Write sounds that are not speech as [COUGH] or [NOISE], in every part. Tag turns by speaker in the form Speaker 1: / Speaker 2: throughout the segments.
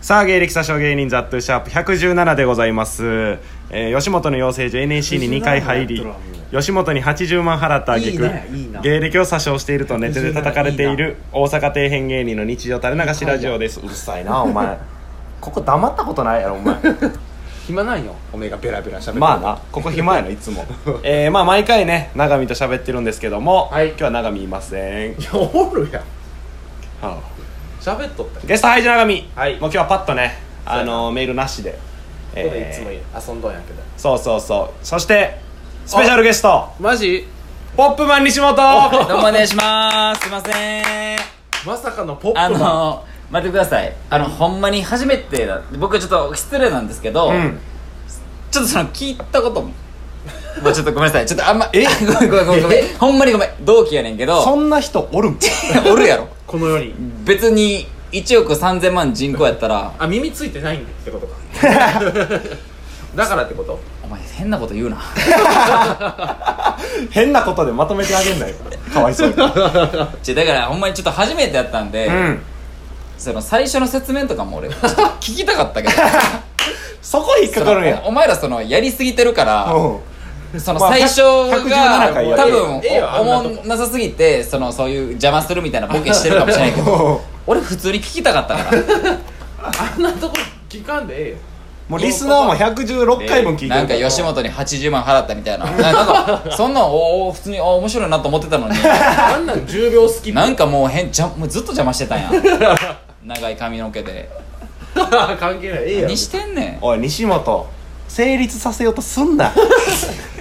Speaker 1: さあ芸歴詐称芸人ザットゥシャープ117でございます、えー吉本の養成所 NSC に2回入り
Speaker 2: 117やってるわも
Speaker 1: 吉本に80万払った挙句
Speaker 2: いいねいいな
Speaker 1: 芸歴を詐称しているとネットで叩かれている大阪底辺芸人の日常垂れ流しラジオですうるさいなお前ここ黙ったことないやろお前
Speaker 2: 暇ないよおめえがベラベラしゃ
Speaker 1: [LAUGHS]
Speaker 2: べ
Speaker 1: まあなここ暇やのい [LAUGHS] つもえー、まあ毎回ね永見と喋ってるんですけども、
Speaker 2: はい
Speaker 1: 今日は永見いません、
Speaker 2: いやおるや
Speaker 1: は
Speaker 2: ん
Speaker 1: あ
Speaker 2: しゃべっとったよ
Speaker 1: ゲストハイジ永見、
Speaker 2: はい
Speaker 1: もう今日はパッとねあ
Speaker 2: そう
Speaker 1: のメールなしで、
Speaker 2: ここでいつも
Speaker 1: え
Speaker 2: 遊んどんやけど
Speaker 1: ーそうそうそうそしてスペシャルゲスト
Speaker 2: マジ
Speaker 1: ポップマン西本
Speaker 3: [LAUGHS] どうもお願いしますすいません
Speaker 2: まさかのポップ
Speaker 3: あの待ってくださいあのほんまに初めてだ僕ちょっと失礼なんですけど、
Speaker 1: うん
Speaker 3: ちょっとその聞いたこと [LAUGHS] ももうちょっとごめんなさいちょっとあんまえ [LAUGHS] ごめんごめんごめんごめんほんまにごめん同期やねん
Speaker 1: [LAUGHS]
Speaker 3: け
Speaker 1: そ
Speaker 3: ど
Speaker 1: んな人おるん [LAUGHS]
Speaker 3: [LAUGHS] おるやろ
Speaker 2: この世に
Speaker 3: 別に1億3000万人口やったら
Speaker 2: あ耳ついてないんって [LAUGHS] ことかだからってこと
Speaker 3: お前変なこと言うな
Speaker 1: 変なことでまとめてあげんなよ [LAUGHS] かわいそうにう
Speaker 3: ちょだからほんまにちょっと初めてやったんで、
Speaker 1: ん
Speaker 3: その最初の説明とかも俺ちょっと聞き [LAUGHS] たかったけど
Speaker 1: そこ引っかかるん
Speaker 3: そ
Speaker 1: や
Speaker 3: のおお前らそのやりすぎてるから、
Speaker 1: うん
Speaker 3: その
Speaker 1: まあ
Speaker 3: 最初
Speaker 1: 117
Speaker 3: が
Speaker 1: 回や
Speaker 3: 多
Speaker 1: る
Speaker 3: 分
Speaker 2: ええよあ
Speaker 3: お
Speaker 2: んな
Speaker 3: も
Speaker 2: とこ
Speaker 3: んなさすぎてそのそういう邪魔するみたいなボケしてるかもしれな
Speaker 2: [LAUGHS]
Speaker 3: いけど
Speaker 1: も
Speaker 3: 俺普通に聞きたかったから
Speaker 2: あんなとこ聞かんで [LAUGHS] ええよ
Speaker 1: うもうリスナーも116回分聞いてる
Speaker 3: なんか吉本に80万払ったみ
Speaker 2: [LAUGHS]
Speaker 3: たいななんかそんなんおお普通にあ面白いなと思ってたの
Speaker 2: [LAUGHS]
Speaker 3: に
Speaker 2: あんなん10秒好き
Speaker 3: なんかもう変じゃもうずっと邪魔してた
Speaker 2: [LAUGHS]
Speaker 3: んや長い髪の毛で
Speaker 2: 関係ないええやん
Speaker 3: 何してんね
Speaker 1: おい西本成立させようとすんな [LAUGHS]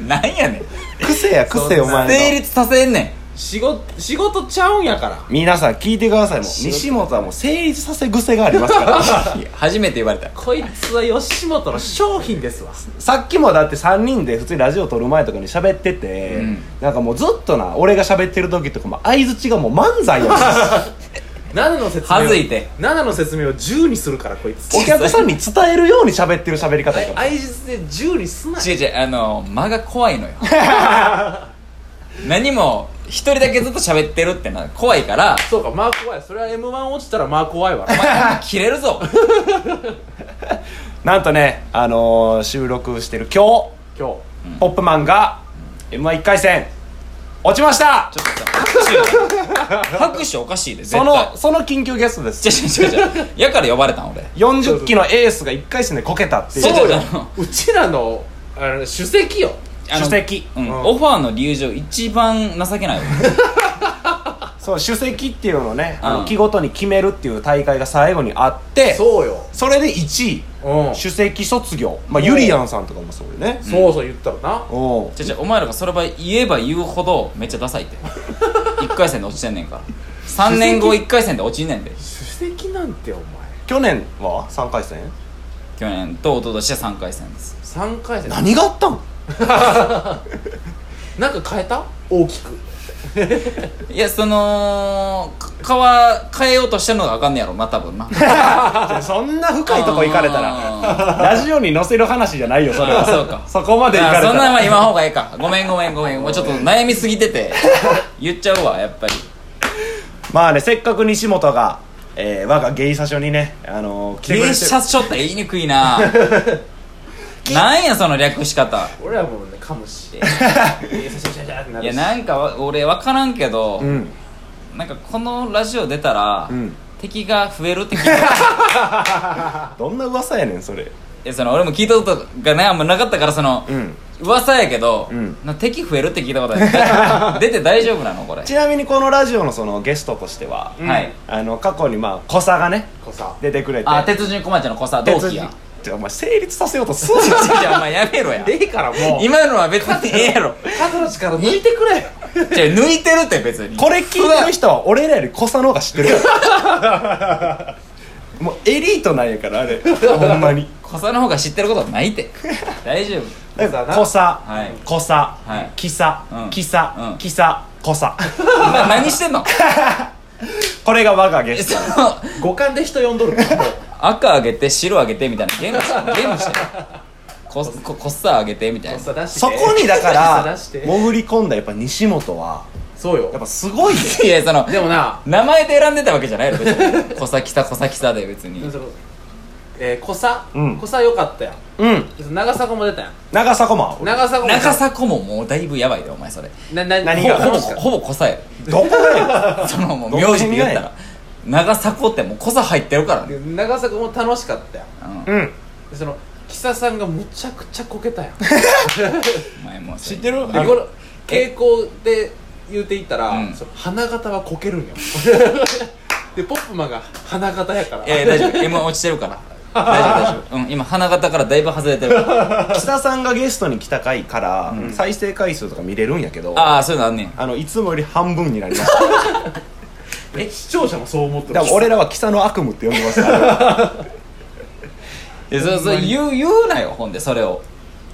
Speaker 3: んなんやねん
Speaker 1: 癖や癖お前の
Speaker 3: 成立させんね
Speaker 2: 仕事仕事ちゃうんやから
Speaker 1: 皆さん聞いてくださいもう西本はもう成立させ癖がありますから [LAUGHS]
Speaker 3: んいや初めて言われた
Speaker 2: こいつは吉本の商品ですわ
Speaker 1: さっきもだって3人で普通にラジオ撮る前とかに喋ってて、
Speaker 3: うん
Speaker 1: なんかもうずっとな俺が喋ってる時とかも相づちがもう漫才
Speaker 3: [LAUGHS]
Speaker 1: やし
Speaker 2: 7の説明を
Speaker 3: はずいて
Speaker 2: 7の説明を10にするからこいつ
Speaker 1: お客さんに伝えるように喋ってる喋り方
Speaker 3: [LAUGHS]
Speaker 1: やから
Speaker 2: 相実で10にすな
Speaker 3: 違う違うあの間が
Speaker 2: [LAUGHS]
Speaker 3: 怖いのよ何も一人だけずっと喋ってるってな怖いから
Speaker 2: そうかマー怖いそれは m 1落ちたらマー怖いわ
Speaker 3: お前切れる [LAUGHS] ぞ
Speaker 1: なんとね、あのー収録してる今
Speaker 2: 今日
Speaker 1: 日、ポップマンが m 1 1回戦落ちました
Speaker 3: ちょっと拍手拍手おかしいで絶対
Speaker 1: そのその緊急ゲストです
Speaker 3: 違う違う違う違うやから呼ばれたん [LAUGHS] 俺
Speaker 1: 40期のエースが1回戦でこけたっていう
Speaker 3: そう
Speaker 2: そう
Speaker 3: あ
Speaker 2: よ
Speaker 3: の
Speaker 2: うちらのあの主席よ
Speaker 3: あの
Speaker 1: 主席
Speaker 3: うん
Speaker 1: うん
Speaker 3: オファーの理由上一番情けないわ
Speaker 1: そう主席っていうのをね、あ
Speaker 3: う
Speaker 1: の
Speaker 3: ん
Speaker 1: 期ごとに決めるっていう大会が最後にあって
Speaker 2: そうよ
Speaker 1: それで1位
Speaker 2: うん
Speaker 1: 首席卒業まあゆりやんさんとかもそうよね
Speaker 2: そうそう言ったらな
Speaker 1: おう
Speaker 3: 違う違うお前らがその場合言えば言うほどめっちゃダサいって1 [LAUGHS] 回戦で落ちてんねんから3年後1回戦で落ちんねんで
Speaker 2: 主席なんてお前
Speaker 1: 去年は3回戦
Speaker 3: 去年と一昨年は3回戦です
Speaker 2: 3回戦
Speaker 1: 何があったん
Speaker 2: なんか変えた大きく
Speaker 3: いやそのかわ変えようとしてるのがあかんねやろな多分な
Speaker 1: [LAUGHS] そんな深いとこ行かれたらラジオに載せる話じゃないよそれは
Speaker 3: あそうか
Speaker 1: そこまで行か
Speaker 3: あ
Speaker 1: れ
Speaker 3: そ
Speaker 1: た
Speaker 3: んなん
Speaker 1: ら
Speaker 3: は言わんほうがええかごめんごめんごめんもうちょっと悩みすぎて [LAUGHS] て言っちゃうわやっぱり
Speaker 1: まあねせっかく西本がえー我が芸者所にねあのー来てくれ
Speaker 3: 芸
Speaker 1: て
Speaker 3: 者書って言いにくい
Speaker 1: [LAUGHS]
Speaker 3: ななんやその略し方
Speaker 2: 俺らもうねかもしれんえーシャシャシャシャってないる
Speaker 3: や
Speaker 2: し
Speaker 3: なんかわ俺分からんけど、
Speaker 1: うん
Speaker 3: なんかこのラジオ出たら、
Speaker 1: うん
Speaker 3: 敵が増えるって聞い
Speaker 1: [LAUGHS]
Speaker 3: た
Speaker 1: どんな噂やねんそれ
Speaker 3: いやその俺も聞いたことがねあんまなかったからその、
Speaker 1: うん
Speaker 3: 噂やけど、
Speaker 1: うん
Speaker 3: な敵増えるって聞いたこと
Speaker 1: [LAUGHS]
Speaker 3: ない出て大丈夫なのこれ
Speaker 1: ちなみにこのラジオのそのゲストとしては
Speaker 2: うん
Speaker 3: はい
Speaker 1: あの過去にまあ小佐がね
Speaker 2: こさ
Speaker 1: 出てくれて
Speaker 3: あ鉄人小町の子さ同期や
Speaker 1: じゃお前成立させようとすんな
Speaker 3: じゃあお前やめろや
Speaker 2: ええからもう
Speaker 3: 今のは別にええ
Speaker 1: [LAUGHS]
Speaker 3: やろ
Speaker 2: 肩の力抜いてくれ
Speaker 3: じゃあ抜いてるって別に
Speaker 1: これ聞いてる人は俺らより濃さの方が知ってるからもうエリートなんやからあれほんまに
Speaker 3: 小さの方が知ってることないって
Speaker 1: [LAUGHS]
Speaker 3: 大丈夫
Speaker 1: だから濃さ
Speaker 3: はい
Speaker 1: 濃さ
Speaker 3: はい
Speaker 1: きさ
Speaker 3: うん
Speaker 1: き
Speaker 3: う
Speaker 1: さ
Speaker 3: ん
Speaker 1: きさ濃さ
Speaker 3: な何してんの
Speaker 1: これが我がゲ
Speaker 3: え
Speaker 1: ス
Speaker 3: そ [LAUGHS] の
Speaker 2: 五感で人呼んどるからもう
Speaker 3: 赤あげて白あげてみたいなゲームしゲームしてるこここっさあげてみたい
Speaker 2: こ
Speaker 3: な
Speaker 2: さ出して
Speaker 1: トそこにだから
Speaker 3: [LAUGHS]
Speaker 2: 出して
Speaker 1: 潜り込んだやっぱ西本は
Speaker 2: そう
Speaker 1: やっ
Speaker 2: よ
Speaker 1: ぱすごいね
Speaker 3: いやその
Speaker 2: でもな
Speaker 3: 名前で選んでたわけじゃないの別に小さきさ小さきさで別に
Speaker 2: そのえー、小佐、
Speaker 1: うん
Speaker 2: 小佐よかったやん
Speaker 1: うん
Speaker 2: 長迫も出たやん
Speaker 1: 長迫も
Speaker 2: 長迫も
Speaker 3: 長迫ももうだいぶやばいでお前それ
Speaker 2: なな
Speaker 1: 何
Speaker 3: ほ
Speaker 1: が
Speaker 3: ぼ
Speaker 2: ほぼ
Speaker 3: ほぼほぼこさや
Speaker 1: どこだよ
Speaker 3: ろそのもう名字で言ったら長迫ってもうこさ入ってるからね
Speaker 2: 長迫も楽しかったやん
Speaker 3: うん
Speaker 1: うん
Speaker 2: でそのキサさんがむちゃくちゃこけ
Speaker 3: [LAUGHS]
Speaker 2: たやん
Speaker 3: お前もうそ
Speaker 1: 知
Speaker 3: れ
Speaker 1: ってる
Speaker 2: でこれ傾向で言うていったら、
Speaker 3: うん
Speaker 2: その花形はこけ
Speaker 3: [LAUGHS]
Speaker 2: るんよでポップマンが花形やから
Speaker 3: えー、大丈夫 M 落ちてるから大丈夫大丈夫うん今花形からだいぶ外れてるから
Speaker 1: 岸田さんがゲストに来た回から、再生回数とか見れるんやけど
Speaker 3: ああそういうのあんねん
Speaker 1: あのいつもより半分になりました
Speaker 2: え視聴者もそう思って
Speaker 1: だから俺らは「キサの悪夢」って呼んでますから
Speaker 3: えそうそう言う言うなよほんでそれを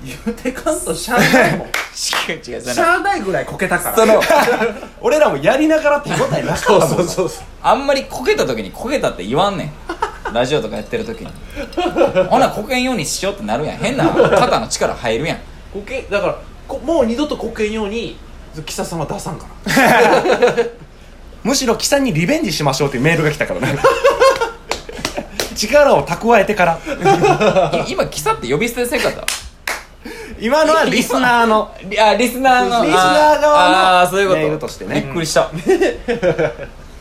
Speaker 2: 言うてかんとしゃあない
Speaker 3: [LAUGHS]
Speaker 2: もん
Speaker 3: 違う違う
Speaker 2: しゃあないぐらいこけたから
Speaker 3: その
Speaker 1: 俺らもやりながら手応えなかったもん
Speaker 2: そうそうそう
Speaker 3: あんまりこけた時にこけたって言わ
Speaker 1: [LAUGHS]
Speaker 3: んねんラジオとかやってる時にほなこけんようにしようってなるやん変な肩の力入るやん
Speaker 2: こけだからこもう二度とこけんようにキサさんは出さんから
Speaker 1: むしろキサにリベンジしましょうっていうメールが来たからね力を蓄えてから
Speaker 3: い今キサって呼び捨てせんかった
Speaker 1: 今のはリスナーの
Speaker 3: リあリスナーの
Speaker 1: リスナー側の
Speaker 3: ああーそういうこと
Speaker 1: メールとしてね
Speaker 3: びっくりした
Speaker 1: [LAUGHS]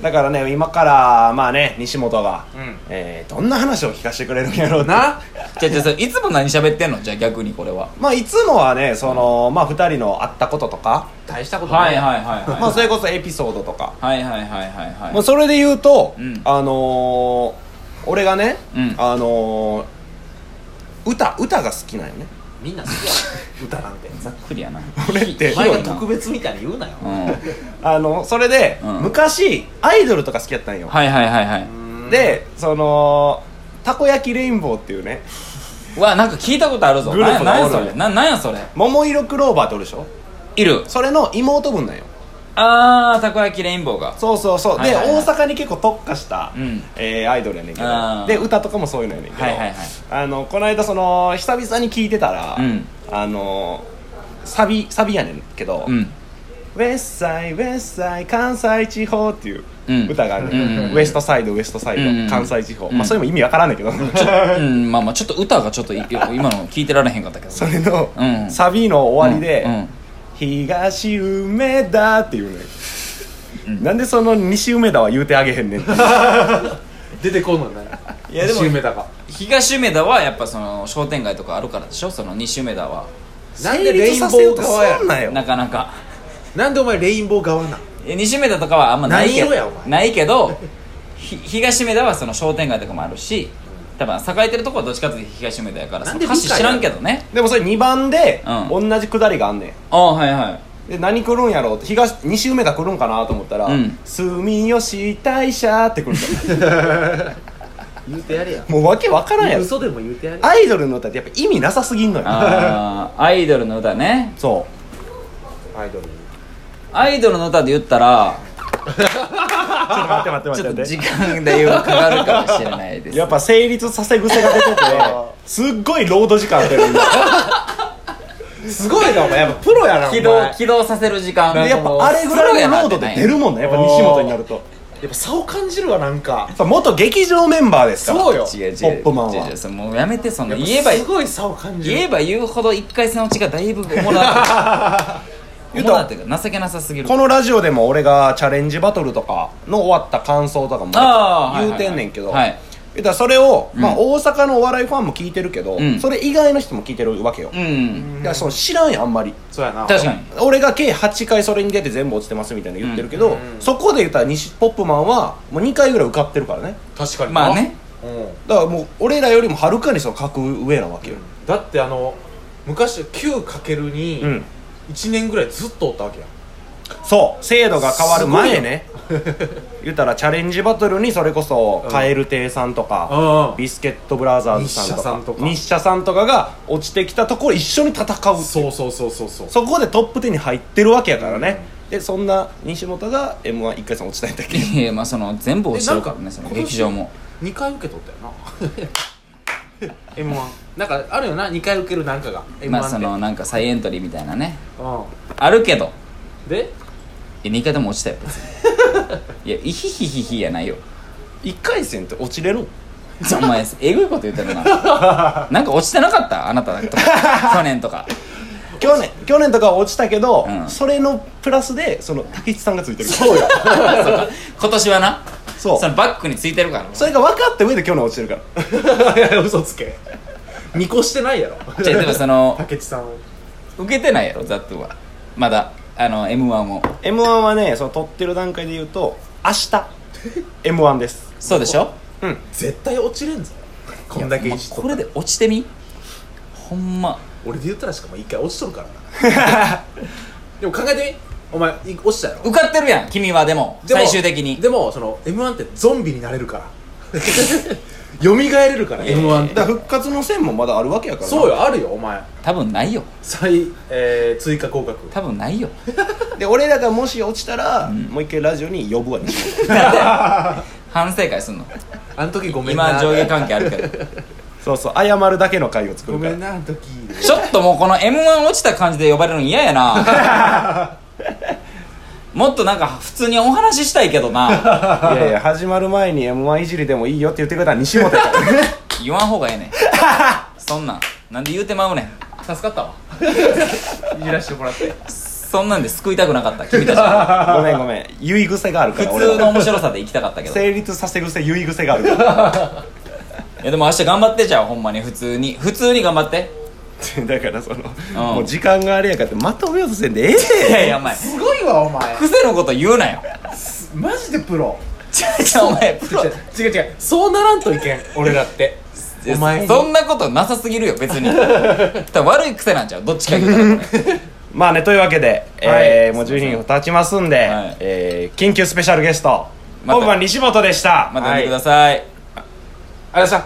Speaker 1: だからね今からまあね西本が、
Speaker 2: うん
Speaker 1: えーどんな話を聞かせてくれるんやろうな
Speaker 2: な
Speaker 3: じゃじゃいつも何喋ってんのじゃあ逆にこれは
Speaker 1: まあいつもはねその、まあ2人の会ったこととか、
Speaker 2: 大したことな
Speaker 3: はい
Speaker 2: い
Speaker 3: はいはい
Speaker 1: まあ
Speaker 3: は
Speaker 1: それこそエピソードとか、
Speaker 3: いはいはいはいはいはい
Speaker 1: まあそれで言うと、
Speaker 3: うん
Speaker 1: あのー俺がね、
Speaker 3: うん
Speaker 1: あのー歌歌が好きなんよね
Speaker 2: みんな好きやん歌なんて
Speaker 3: ざっくりやな
Speaker 1: 俺
Speaker 3: [LAUGHS]
Speaker 1: って
Speaker 2: お前が特別みたいに言うなよ
Speaker 3: うんはい
Speaker 1: あのそれで、
Speaker 3: うん
Speaker 1: 昔アイドルとか好きやったんよ、
Speaker 3: はいはいは
Speaker 1: でそのたこ焼きレインボーっていうね
Speaker 3: いうわなんか聞いたことあるぞ
Speaker 1: グループが
Speaker 3: ななんや
Speaker 1: おる
Speaker 3: それななんやそれ
Speaker 1: 桃色クローバーっておるでしょ
Speaker 3: いる
Speaker 1: それの妹分なんよ
Speaker 3: あーたこ焼きレインボーが
Speaker 1: そうそうそう、
Speaker 3: はいはいはい
Speaker 1: で大阪に結構特化した、
Speaker 3: うん
Speaker 1: えーアイドルやねんけど
Speaker 3: あー
Speaker 1: で歌とかもそういうのやねんけど、
Speaker 3: はいはいはい
Speaker 1: あのこの間その久々に聞いてたら、
Speaker 3: うん
Speaker 1: あのサビサビやねんけど「
Speaker 3: うん
Speaker 1: ウェッサイウェッサイ関西地方」っていう
Speaker 3: うん
Speaker 1: 歌があるね、
Speaker 3: うんうんうん
Speaker 1: ウエストサイドウエストサイド、
Speaker 3: うんうん
Speaker 1: 関西地方、
Speaker 3: うん
Speaker 1: まあそれも意味わからんねんけど、
Speaker 3: うんまあまあちょっと歌がちょっとい今の聞いてられへんかったけど
Speaker 1: それの、
Speaker 3: うん
Speaker 1: サビの終わりで「
Speaker 3: うんうん
Speaker 1: 東梅田」っていうね、なんでその西梅田は言うてあげへんねんっていう
Speaker 2: 出てこんのにない
Speaker 3: いやでも
Speaker 2: 西梅田が
Speaker 3: 東梅田はやっぱその商店街とかあるからでしょその西梅田は
Speaker 2: なんでレインボー側
Speaker 1: 成
Speaker 2: や
Speaker 1: 立させんなよ
Speaker 3: なかなか
Speaker 2: なんでお前レインボー側なん
Speaker 3: え西梅田とかはあんまないけ
Speaker 2: 何色や
Speaker 3: ど
Speaker 2: お前
Speaker 3: ないけどひ東梅田はその商店街とかもあるし多分栄えてるとこはどっちかというと東梅田やから
Speaker 2: な
Speaker 3: そ
Speaker 2: ん
Speaker 3: の
Speaker 2: で
Speaker 3: 歌詞知らんけどね
Speaker 1: でもそれ2番で
Speaker 3: う
Speaker 1: 同じくだりがあんね
Speaker 3: ああはいはい
Speaker 1: んで何来るんやろうって東西梅田来るんかなと思ったら
Speaker 3: うん
Speaker 1: 「住吉大社」って来る
Speaker 3: [LAUGHS]
Speaker 1: んだよ
Speaker 2: 言うてやれや
Speaker 1: もうわけわからんやろ
Speaker 2: 嘘でも言うてやれや
Speaker 1: アイドルの歌ってやっぱ意味なさすぎんのよ
Speaker 3: ああ [LAUGHS] アイドルの歌ね
Speaker 1: そう
Speaker 2: アイドル
Speaker 3: アイドルの歌で言ったら
Speaker 1: ちょっと待って待って
Speaker 3: ち
Speaker 1: 待
Speaker 3: ょっと
Speaker 1: って
Speaker 3: 時間でかかるかもしれないです
Speaker 1: やっぱ成立させ癖が出ててすっごいロード時間あってるんだ
Speaker 2: [LAUGHS] すごいなお前やっぱプロやなお前
Speaker 3: 起動起動させる時間
Speaker 1: でやっぱあれぐらいのロードで出るもんねやっぱ西本になると
Speaker 2: やっぱ差を感じるわなんか
Speaker 1: やっぱ元劇場メンバーですから
Speaker 2: そうよ
Speaker 3: 違う違う
Speaker 1: ポップマンは
Speaker 3: 違う違うそれもうやめてその
Speaker 2: やっぱ
Speaker 3: 言えば
Speaker 2: すごい差を感じる
Speaker 3: 言えば言うほど一回戦落ちがだいぶ重なっ
Speaker 1: 言
Speaker 3: てる
Speaker 1: う
Speaker 3: 重
Speaker 1: た
Speaker 3: なってる情けなさすぎる
Speaker 1: このラジオでも俺がチャレンジバトルとかの終わった感想とか
Speaker 3: あ
Speaker 1: も
Speaker 3: ーはい
Speaker 1: 言うてんねんけど、
Speaker 3: はい
Speaker 1: 言うたらそれを、
Speaker 3: ん
Speaker 1: まあ、大阪のお笑いファンも聞いてるけど、
Speaker 3: うん
Speaker 1: それ以外の人も聞いてるわけよ、
Speaker 3: う
Speaker 1: だ
Speaker 3: ん
Speaker 1: からその知らんやんあんまり
Speaker 2: そうやな
Speaker 3: 確かに
Speaker 1: 俺が計8回それに出て全部落ちてますみたいな言ってるけど、そこで言ったら西ポップマンはもう2回ぐらい受かってるからね
Speaker 2: 確かに
Speaker 3: まあね
Speaker 2: うん
Speaker 1: だからもう俺らよりもはるかにその格上なわけよ、
Speaker 2: だってあの昔 9×
Speaker 1: う
Speaker 2: に
Speaker 1: ん
Speaker 2: 1年ぐらいずっとおったわけやん
Speaker 1: そう制度が変わる前ね言ったらチャレンジバトルにそれこそ
Speaker 2: うん
Speaker 1: 蛙亭さんとか、
Speaker 2: あ
Speaker 1: ビスケットブラザーズさんとか
Speaker 2: 日射さんとか
Speaker 1: 日射さんとかが落ちてきたところ一緒に戦う
Speaker 2: あ
Speaker 1: そ
Speaker 2: そうそうそうそうそう
Speaker 1: こでトップ10に入ってるわけやからね、でそんな西本が m 1 1回戦落ちたんだけど
Speaker 3: いやまあその全部をしてるから
Speaker 2: えなん
Speaker 3: ね
Speaker 2: か
Speaker 3: その
Speaker 2: 今年
Speaker 3: 劇場も
Speaker 2: 2回受け取ったよな
Speaker 3: [LAUGHS]
Speaker 2: m 1なんかあるよな2回受けるなんかが m
Speaker 3: まあ
Speaker 2: 1
Speaker 3: そ
Speaker 2: って
Speaker 3: のなんか再エントリーみたいなね
Speaker 2: う
Speaker 3: あるけど
Speaker 2: んで
Speaker 3: いや2回とも落ち
Speaker 2: [LAUGHS]
Speaker 3: たよ別にいやイヒヒヒヒやないよ
Speaker 1: 1回戦って落ちれるん
Speaker 3: ちょお前えぐいこと言ってるななんか落ちてなかったあなたとか去年とか
Speaker 1: 去年去年とかは落ちたけど、
Speaker 3: うん
Speaker 1: それのプラスでその竹内さんがついてるそうよ
Speaker 3: 今年はな
Speaker 1: [LAUGHS] そう
Speaker 3: のバックについてるから
Speaker 1: それが分かった上で去年落ちてるから
Speaker 2: いや [LAUGHS] 嘘つけ見越してないや
Speaker 3: [LAUGHS]
Speaker 2: ろ
Speaker 3: じゃあでもそ
Speaker 2: [LAUGHS]
Speaker 3: の
Speaker 2: 竹内さんを
Speaker 3: 受けてないやろザットゥはまだあの m 1も
Speaker 1: m 1はねその撮ってる段階で言うと明日 m 1です
Speaker 3: そうでしょ
Speaker 1: うん
Speaker 2: 絶対落ちれんぞこんだけいじっ
Speaker 3: いや
Speaker 2: と
Speaker 3: お前これで落ちてみほんま
Speaker 2: 俺で言ったらしかも一回落ちとるからなでも考えてみお前い落ちたやろ
Speaker 3: 受かってるやん君はでも
Speaker 2: でも
Speaker 3: 最終的に
Speaker 2: でもその m 1ってゾンビになれるから [LAUGHS] 蘇れるから
Speaker 3: いや
Speaker 2: m
Speaker 1: だ
Speaker 2: 1って
Speaker 1: から復活の線もまだあるわけやからな
Speaker 2: そうよあるよお前
Speaker 3: 多分ないよ
Speaker 2: 再、えー、追加合格
Speaker 3: 多分な
Speaker 2: [LAUGHS]
Speaker 3: いよ
Speaker 1: で俺らがもし落ちたら、もう一回ラジオに呼ぶわね
Speaker 3: 反省会すんの
Speaker 2: あの時ごめんな
Speaker 3: 今上下関係あるけど
Speaker 1: そうそう謝るだけの回を作
Speaker 2: ご
Speaker 1: るか
Speaker 2: め
Speaker 1: ら
Speaker 2: んなあの時
Speaker 3: ちょっともうこの m 1落ちた感じで呼ばれるの嫌やな
Speaker 2: [LAUGHS]
Speaker 3: もっとなんか普通にお話ししたいけどない
Speaker 1: やいや始まる前に m 1いじりでもいいよって言ってくれたら西本やから
Speaker 3: 言わん方がええねんそんなんなんで言うてまうねん助かったわ
Speaker 2: いじらしてもらって
Speaker 3: そんなんで救いたくなかった君たち [LAUGHS] は
Speaker 1: ごめんごめん言い癖があるか
Speaker 3: 普
Speaker 1: ら俺は
Speaker 3: 通の面白さで行きたかったけどい
Speaker 1: 成立させ癖言い癖があるから
Speaker 3: やでも明日頑張ってじゃあほんまに普通に普通に頑張って
Speaker 1: [LAUGHS] だからその、もう時間があれやからってまとめようとせんでええ
Speaker 3: いやい
Speaker 1: て
Speaker 3: やお前
Speaker 2: すごいわお前
Speaker 3: 癖のこと言うなよ
Speaker 2: マジでプロ
Speaker 3: じゃあじゃあお前プロ
Speaker 2: 違う違う違うそうならんといけん俺らってお前に
Speaker 3: そんなことなさすぎるよ [LAUGHS] 別に多分悪い癖なんちゃうどっちか言うた [LAUGHS] らこれ
Speaker 1: まあねというわけで、えーもう12分経ちますんで、
Speaker 3: はい
Speaker 1: えー緊急スペシャルゲスト
Speaker 3: また
Speaker 1: 本番西本でした
Speaker 3: また見てください
Speaker 2: あれさ